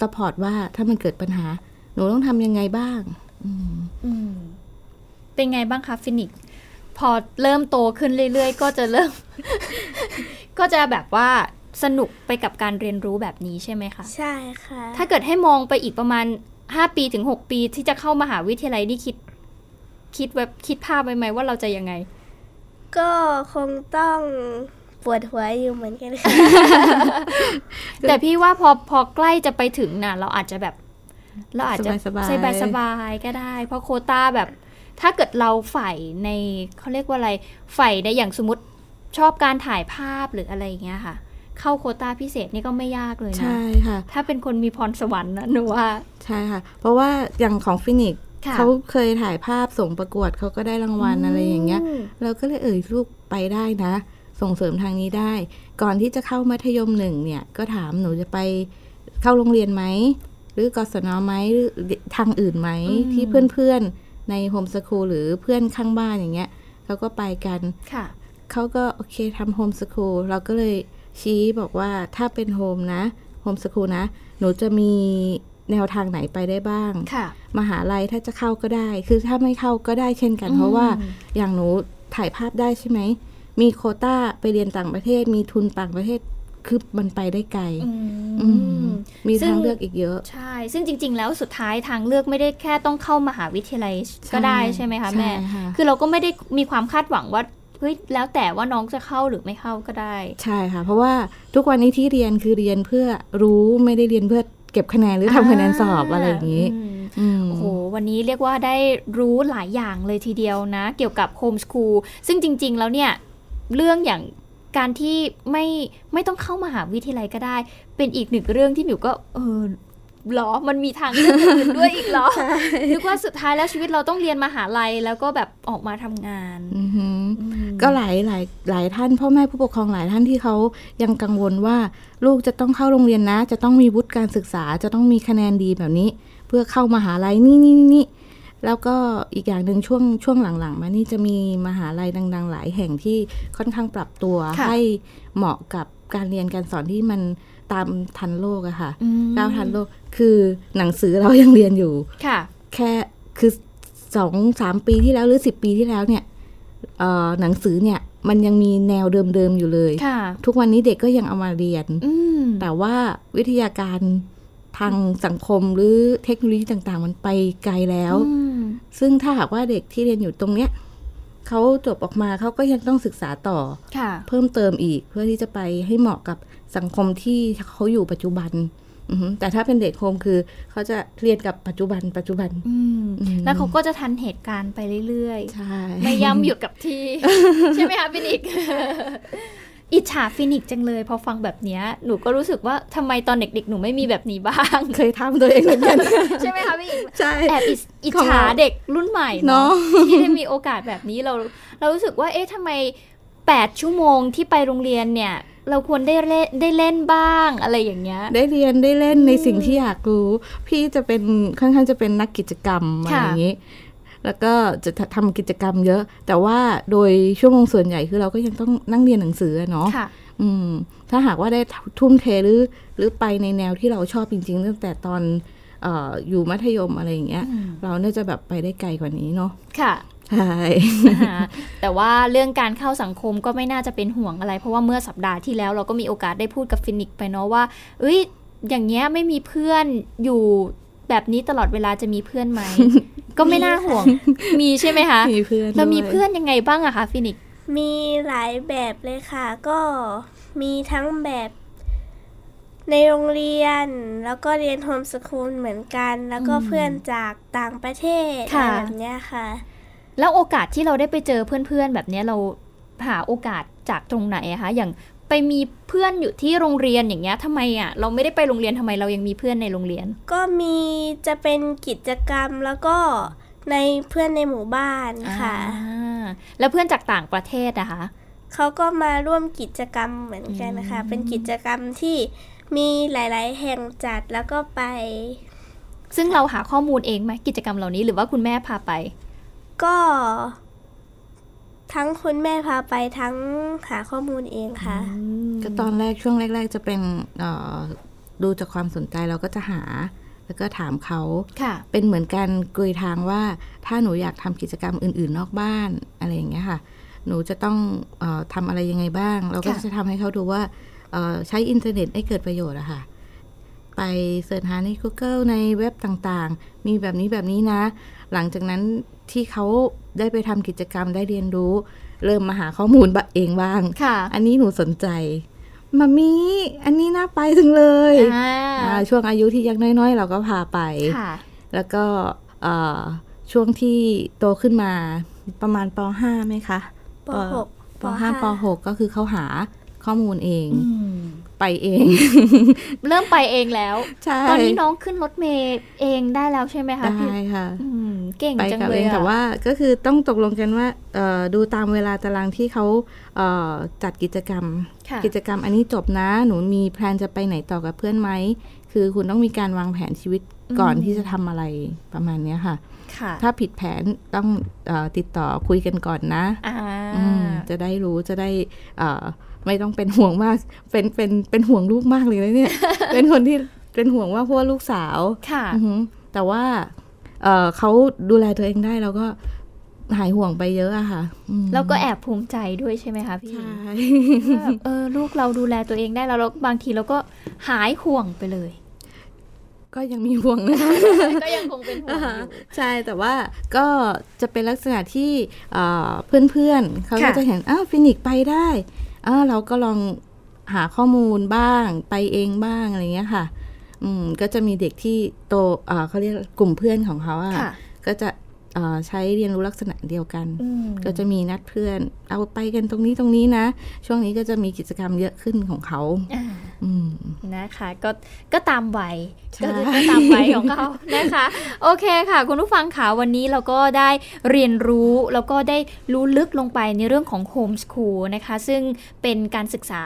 Speaker 2: สปอร์ตว่าถ้ามันเกิดปัญหา หนูต้องทำยังไงบ้าง อืม
Speaker 1: อืมเป็นไงบ้างคะฟินิกซ์พอเริ่มโตขึ้นเรื่อยๆ ก็จะเริ่ม ก็จะแบบว่าสนุกไปกับการเรียนรู้แบบนี้ใช่ไหมคะ
Speaker 4: ใช่ค่ะ
Speaker 1: ถ้าเกิดให้มองไปอีกประมาณ 5 ปีถึง 6 ปีที่จะเข้ามหาวิทยาลัยนี่คิด คิดแบบคิดภาพไปไหมว่าเราจะยังไง
Speaker 4: ก็คงต้องปวดหัวอยู่เหมือนกัน ค่ะ
Speaker 1: แต่พี่ว่าพอพอใกล้จะไปถึงน่ะ เราอาจจะแบบ เราอาจจะ
Speaker 2: สบายๆ
Speaker 1: สบายๆก็ได้ เพราะโควต้าแบบ ถ้าเกิดเราใฝ่ในเขาเรียกว่าอะไรใฝ่ในอย่างสมมติชอบการถ่ายภาพหรืออะไรอย่างเงี้ยค่ะ เข้าโควต้าพิเศษนี่ก็ไม่ยากเลยนะ
Speaker 2: ใช่ค่ะ
Speaker 1: ถ้าเป็นคนมีพรสวรรค์นะหนูว่า
Speaker 2: ใช่ค่ะ เพราะว่าอย่างของฟินิกซ์
Speaker 1: ค่ะ
Speaker 2: เขาเคยถ่ายภาพส่งประกวดเขาก็ได้รางวัลอะไรอย่างเงี้ย เราก็เลยเอ่ยลูกไปได้นะ ส่งเสริมทางนี้ได้ ก่อนที่จะเข้ามัธยมหนึ่งเนี่ย ก็ถามหนูจะไปเข้าโรงเรียนไหม หรือกศนไหมหรือทางอื่นไหม
Speaker 1: อืม
Speaker 2: ที่เพื่อนๆ ในโฮมสคูลหรือเพื่อนข้างบ้านอย่างเงี้ยเขาก็ไปกัน
Speaker 1: ค่ะ
Speaker 2: เขาก็โอเคทำโฮมสคูลเราก็เลยชี้บอกว่าถ้าเป็นโฮมนะโฮมสคูลนะ หนูจะมีแนวทางไหนไปได้บ้าง
Speaker 1: ค่ะ
Speaker 2: มหาลัยถ้าจะเข้าก็ได้ คือถ้าไม่เข้าก็ได้เช่นกัน
Speaker 1: อืม
Speaker 2: เพราะว่าอย่างหนูถ่ายภาพได้ใช่ไหม มีโควต้าไปเรียนต่างประเทศ มีทุนต่างประเทศ คือมันไปได้ไกล
Speaker 1: อื
Speaker 2: อื
Speaker 1: ม
Speaker 2: ม มี
Speaker 1: ซึ่ง
Speaker 2: ทางเลือกอีกเยอะ
Speaker 1: ใช่ ซึ่งจริง ๆ แล้วสุดท้ายทางเลือกไม่ได้แค่ต้องเข้ามหาวิทยาลัยก็ได้ใช่ไหมคะแม่
Speaker 2: ใช่ค่ะ
Speaker 1: คือเราก็ไม่ได้มีความคาดหวังว่า เฮ้ย แล้วแต่ว่าน้องจะเข้าหรือไม่เข้าก็ได้
Speaker 2: ใช่ค่ะ เพราะว่าทุกวันนี้ที่เรียนคือเรียนเพื่อรู้ไม่ได้เรียนเพื่อเก็บคะแนนหรือทำคะแนนสอบอะไรอย่างนี้
Speaker 1: ม
Speaker 2: อืม
Speaker 1: โอ้โห วันนี้เรียกว่าได้รู้หลายอย่างเลยทีเดียวนะ เกี่ยวกับโฮมส o ูล ซึ่งจริง ๆ แล้วเนี่ย เรื่องอย่างการที่ไม่ไม่ต้องเข้ามหาวิทยาลัยก็ได้ เป็นอีกหนึ่งเรื่องที่หมิวก็เออเหรอ มันมีทางเลือกอื่นด้วยอีกเหรอ นึกว่าสุดท้ายแล้วชีวิตเราต้องเรียนมหาลัยแล้วก็แบบออกมาทำงาน
Speaker 2: อือหือ
Speaker 1: อืม
Speaker 2: ก็หลายหลายหลายท่านพ่อแม่ผู้ปกครองหลายท่านที่เขายังกังวลว่าลูกจะต้องเข้าโรงเรียนนะ จะต้องมีวุฒิการศึกษา จะต้องมีคะแนนดีแบบนี้ เพื่อเข้ามหาลัยนี่นี่นี่นี่แล้วก็อีกอย่างหนึ่งช่วงช่วงหลังๆ มานี่จะมีมหาลัยดัง ๆ หลายแห่งที่ค่อนข้างปรับตัว
Speaker 1: ค่ะ
Speaker 2: ให้เหมาะกับการเรียนการสอนที่มันตามทันโลกอะค่ะ
Speaker 1: อืม
Speaker 2: ก้าวทันโลกคือหนังสือเรายังเรียนอยู่
Speaker 1: ค่ะ
Speaker 2: แค่คือสองสามปีที่แล้วหรือสิบปีที่แล้วเนี่ยเอ่อหนังสือเนี่ยมันยังมีแนวเดิมๆอยู่เลย
Speaker 1: ค่ะ
Speaker 2: ทุกวันนี้เด็กก็ยังเอามาเรียน
Speaker 1: อืม
Speaker 2: แต่ว่าวิทยาการ ทางสังคมหรือเทคโนโลยีต่างๆ มันไปไกลแล้ว
Speaker 1: อืม
Speaker 2: ซึ่งถ้าหากว่าเด็กที่เรียนอยู่ตรงเนี้ยเขาจบออกมาเขาก็ยังต้องศึกษาต่อ
Speaker 1: ค่ะ
Speaker 2: เพิ่มเติมอีกเพื่อที่จะไปให้เหมาะกับสังคมที่เขาอยู่ปัจจุบันอือฮึแต่ถ้าเป็นเด็กโฮมคือเขาจะเรียนกับปัจจุบัน ปัจจุบัน
Speaker 1: อืม
Speaker 2: อืม
Speaker 1: แล้วเขาก็จะทันเหตุการณ์ไปเรื่อย
Speaker 2: ใช่
Speaker 1: ๆ ไม่ย้ำหยุดกับที่ ใช่ไหมคะฟินิกซ์อิจฉาฟินิกซ์จังเลย พอฟังแบบเนี้ยหนูก็รู้สึกว่าทำไมตอนเด็กๆ หนูไม่มีแบบนี้บ้าง
Speaker 2: เคยทำตัวเองเหมือนกัน
Speaker 1: ใช่ไหมคะพี่อิง
Speaker 2: ใช่
Speaker 1: แอบอิจอิจ
Speaker 2: ของ
Speaker 1: ฉา
Speaker 2: เรา
Speaker 1: เด็กรุ่นใหม่เนาะ
Speaker 2: เนาะ
Speaker 1: ที่ได้มีโอกาสแบบนี้เรา เรารู้สึกว่าเอ๊ะทำไม 8 ชั่วโมงที่ไปโรงเรียนเนี่ย เราควรได้เล่นได้เล่นบ้างอะไรอย่างเงี้ย
Speaker 2: ได้เรียนได้เล่นในสิ่งที่อยากรู้ พี่จะเป็นค่อนข้างจะเป็นนักกิจกรรมอะไร
Speaker 1: ค่ะ
Speaker 2: อย่างนี้ แล้วก็จะทำกิจกรรมเยอะ แต่ว่าโดยชั่วโมงส่วนใหญ่คือเราก็ยังต้องนั่งเรียนหนังสืออะเนาะ
Speaker 1: ค่ะ
Speaker 2: อืมถ้าหากว่าได้ทุ่มเทหรือหรือไปในแนวที่เราชอบจริงๆตั้งแต่ตอนเอออยู่มัธยมอะไรอย่างเงี้ย
Speaker 1: อืม
Speaker 2: เราน่าจะแบบไปได้ไกลกว่านี้เนาะ
Speaker 1: ค่ะ
Speaker 2: ใช่
Speaker 1: นะคะ แต่ว่าเรื่องการเข้าสังคมก็ไม่น่าจะเป็นห่วงอะไร เพราะว่าเมื่อสัปดาห์ที่แล้วเราก็มีโอกาสได้พูดกับฟินิกซ์ไปเนาะว่าเอ้ยอย่างเงี้ยไม่มีเพื่อนอยู่แบบนี้ตลอดเวลาจะมีเพื่อนไหม ก็ไม่น่าห่วงมีใช่ไหมคะ
Speaker 2: มีเพื่อน
Speaker 1: เรามี
Speaker 2: ด้วย
Speaker 1: เพื่อนยังไงบ้างอะคะฟินิกซ์
Speaker 4: มีหลายแบบเลยค่ะ ก็มีทั้งแบบในโรงเรียน แล้วก็เรียนโฮมสคูลเหมือนกัน แล้วก็เพื่อนจากต่างประเทศอะไรแบบเนี้ยค่ะ
Speaker 1: แล้วโอกาสที่เราได้ไปเจอเพื่อนๆแบบเนี้ยเราหาโอกาสจากตรงไหนอะคะอย่างไปมีเพื่อนอยู่ที่โรงเรียนอย่างเงี้ยทำไมอะเราไม่ได้ไปโรงเรียนทำไมเรายังมีเพื่อนในโรงเรียน
Speaker 4: ก็มีจะเป็นกิจกรรมแล้วก็ในเพื่อนในหมู่บ้านค่ะ
Speaker 1: อ่าแล้วเพื่อนจากต่างประเทศนะคะ
Speaker 4: เขาก็มาร่วมกิจกรรมเหมือนกันนะคะ เป็นกิจกรรมที่มีหลาย ๆ แห่งจัดแล้วก็ไป
Speaker 1: ซึ่งเราหาข้อมูลเองไหมกิจกรรมเหล่านี้หรือว่าคุณแม่พาไป
Speaker 4: ก็ ทั้งคุณแม่พาไปทั้งหาข้อมูลเองค่ะ
Speaker 2: ก็ตอนแรกช่วงแรก ๆ จะเป็นเอ่อดูจากความสนใจเราก็จะหา แล้วก็ถามเขา
Speaker 1: ค่ะ
Speaker 2: เป็นเหมือนการกลุยทางว่าถ้าหนูอยากทำกิจกรรมอื่นๆ นอกบ้านอะไรอย่างเงี้ยค่ะ หนูจะต้องเออทำอะไรยังไงบ้าง เราก็
Speaker 1: ค่ะ
Speaker 2: จะทำให้เขาดูว่าเอ่อใช้อินเทอร์เน็ตให้เกิดประโยชน์อะค่ะ ไปเสิร์ชหาใน Google ในเว็บต่างๆ มีแบบนี้แบบนี้นะ หลังจากนั้นที่เขาได้ไปทำกิจกรรมได้เรียนรู้ เริ่มมาหาข้อมูล บะเองบ้าง
Speaker 1: ค่ะ
Speaker 2: อันนี้หนูสนใจมามีอันนี้น่าไปจังเลย
Speaker 1: อ่า
Speaker 2: อ่าช่วงอายุที่ยังน้อยๆ เราก็พาไป
Speaker 1: ค่ะ
Speaker 2: แล้วก็เอ่อช่วงที่โตขึ้นมาประมาณป .5 ไหมคะ
Speaker 4: ปหก
Speaker 2: ป .5 ป .6 ก็คือเขาหาข้อมูลเอง
Speaker 1: อืม
Speaker 2: ไปเอง
Speaker 1: เริ่มไปเองแล้ว
Speaker 2: ใช่
Speaker 1: ตอนนี้น้องขึ้นรถเมย์เองได้แล้วใช่ไหมคะ
Speaker 2: ได้
Speaker 1: พี่
Speaker 2: ค่ะ
Speaker 1: อืมเก่ง
Speaker 2: ไป
Speaker 1: จัง
Speaker 2: กับ
Speaker 1: เล
Speaker 2: เอย ง
Speaker 1: อะ
Speaker 2: แต่ว่าก็คือต้องตกลงกันว่าเอ่อดูตามเวลาตารางที่เขาเอ่อจัดกิจกรรม
Speaker 1: ค่ะ
Speaker 2: กิจกรรมอันนี้จบนะหนูมีแพลนจะไปไหนต่อกับเพื่อนไหมคือคุณต้องมีการวางแผนชีวิตก่อนที่จะทำอะไรประมาณเนี้ยค่ะ
Speaker 1: ค่ะ
Speaker 2: ถ้าผิดแผนต้องเออติดต่อคุยกันก่อนนะ
Speaker 1: อ่า
Speaker 2: อืมจะได้รู้จะได้เอ่อไม่ต้องเป็นห่วงมาก เป็นเป็นเป็นห่วงลูกมากเลยนะเนี่ย เป็นคนที่เป็นห่วงว่าเพราะว่าลูกสาว
Speaker 1: ค่ะ
Speaker 2: อือหือแต่ว่าเอ่อเขาดูแลตัวเองได้แล้วก็หายห่วงไปเยอะอะค่ะอืม
Speaker 1: แล้วก็แอบภูมิใจด้วยใช่ไหมคะพี่
Speaker 2: ใช่
Speaker 1: ว่าแบบเออลูกเราดูแลตัวเองได้แล้วแล้วบางทีเราก็หายห่วงไปเลย
Speaker 2: ก็ยังมีห่วงนะคะ
Speaker 1: ก็ยังคงเป็นห่วงอยู่
Speaker 2: ใช่แต่ว่าก็จะเป็นลักษณะที่เอ่อเพื่อนๆเขาก็
Speaker 1: ค่ะ
Speaker 2: จะเห็นอ้าวฟินิกซ์ไปได้อ้าวเราก็ลองหาข้อมูลบ้างไปเองบ้างอะไรเงี้ยค่ะอืมก็จะมีเด็กที่โตเอ่อเขาเรียกกลุ่มเพื่อนของเขาอะ
Speaker 1: ค่ะ
Speaker 2: ก็จะเอ่อใช้เรียนรู้ลักษณะเดียวกัน
Speaker 1: อืม
Speaker 2: ก็จะมีนัดเพื่อน เอาไปกันตรงนี้ตรงนี้นะ ช่วงนี้ก็จะมีกิจกรรมเยอะขึ้นของเขา
Speaker 1: อ่า
Speaker 2: อืม
Speaker 1: นะคะก็ก็ตามวัย
Speaker 2: ใช่
Speaker 1: ก็ก็ตามวัยของเขา นะคะ โอเคค่ะ คุณผู้ฟังค่ะวันนี้เราก็ได้เรียนรู้แล้วก็ได้รู้ลึกลงไปในเรื่องของโฮมสคูลนะคะ ซึ่งเป็นการศึกษา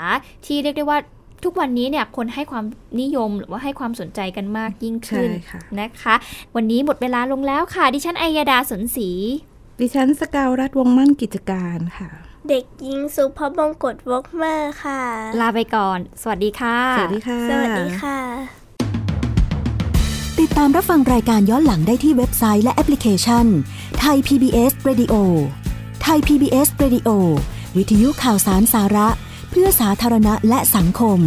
Speaker 1: ที่เรียกได้ว่าทุกวันนี้เนี่ยคนให้ความนิยมหรือว่าให้ความสนใจกันมากยิ่ง
Speaker 2: ใช่
Speaker 1: ขึ้น
Speaker 2: ค่ะ
Speaker 1: นะคะ วันนี้หมดเวลาลงแล้วค่ะ ดิฉันไอยาดาสนศรี
Speaker 2: ดิฉันสกาวรัฐวงศ์มั่นกิจการค่ะ
Speaker 4: เด็กหญิงสุภบงกตวอกเมอร์ค่ะ
Speaker 1: ลาไปก่อน สวัสดีค่ะ
Speaker 2: สวัสดีค่ะ
Speaker 4: สวัสดีค่ะ
Speaker 5: ติดตามรับฟังรายการย้อนหลังได้ที่เว็บไซต์และแอปพลิเคชันไทย PBS Radio ไทย PBS Radio วิทยุข่าวสารสาระ เพื่อสาธารณะและสังคม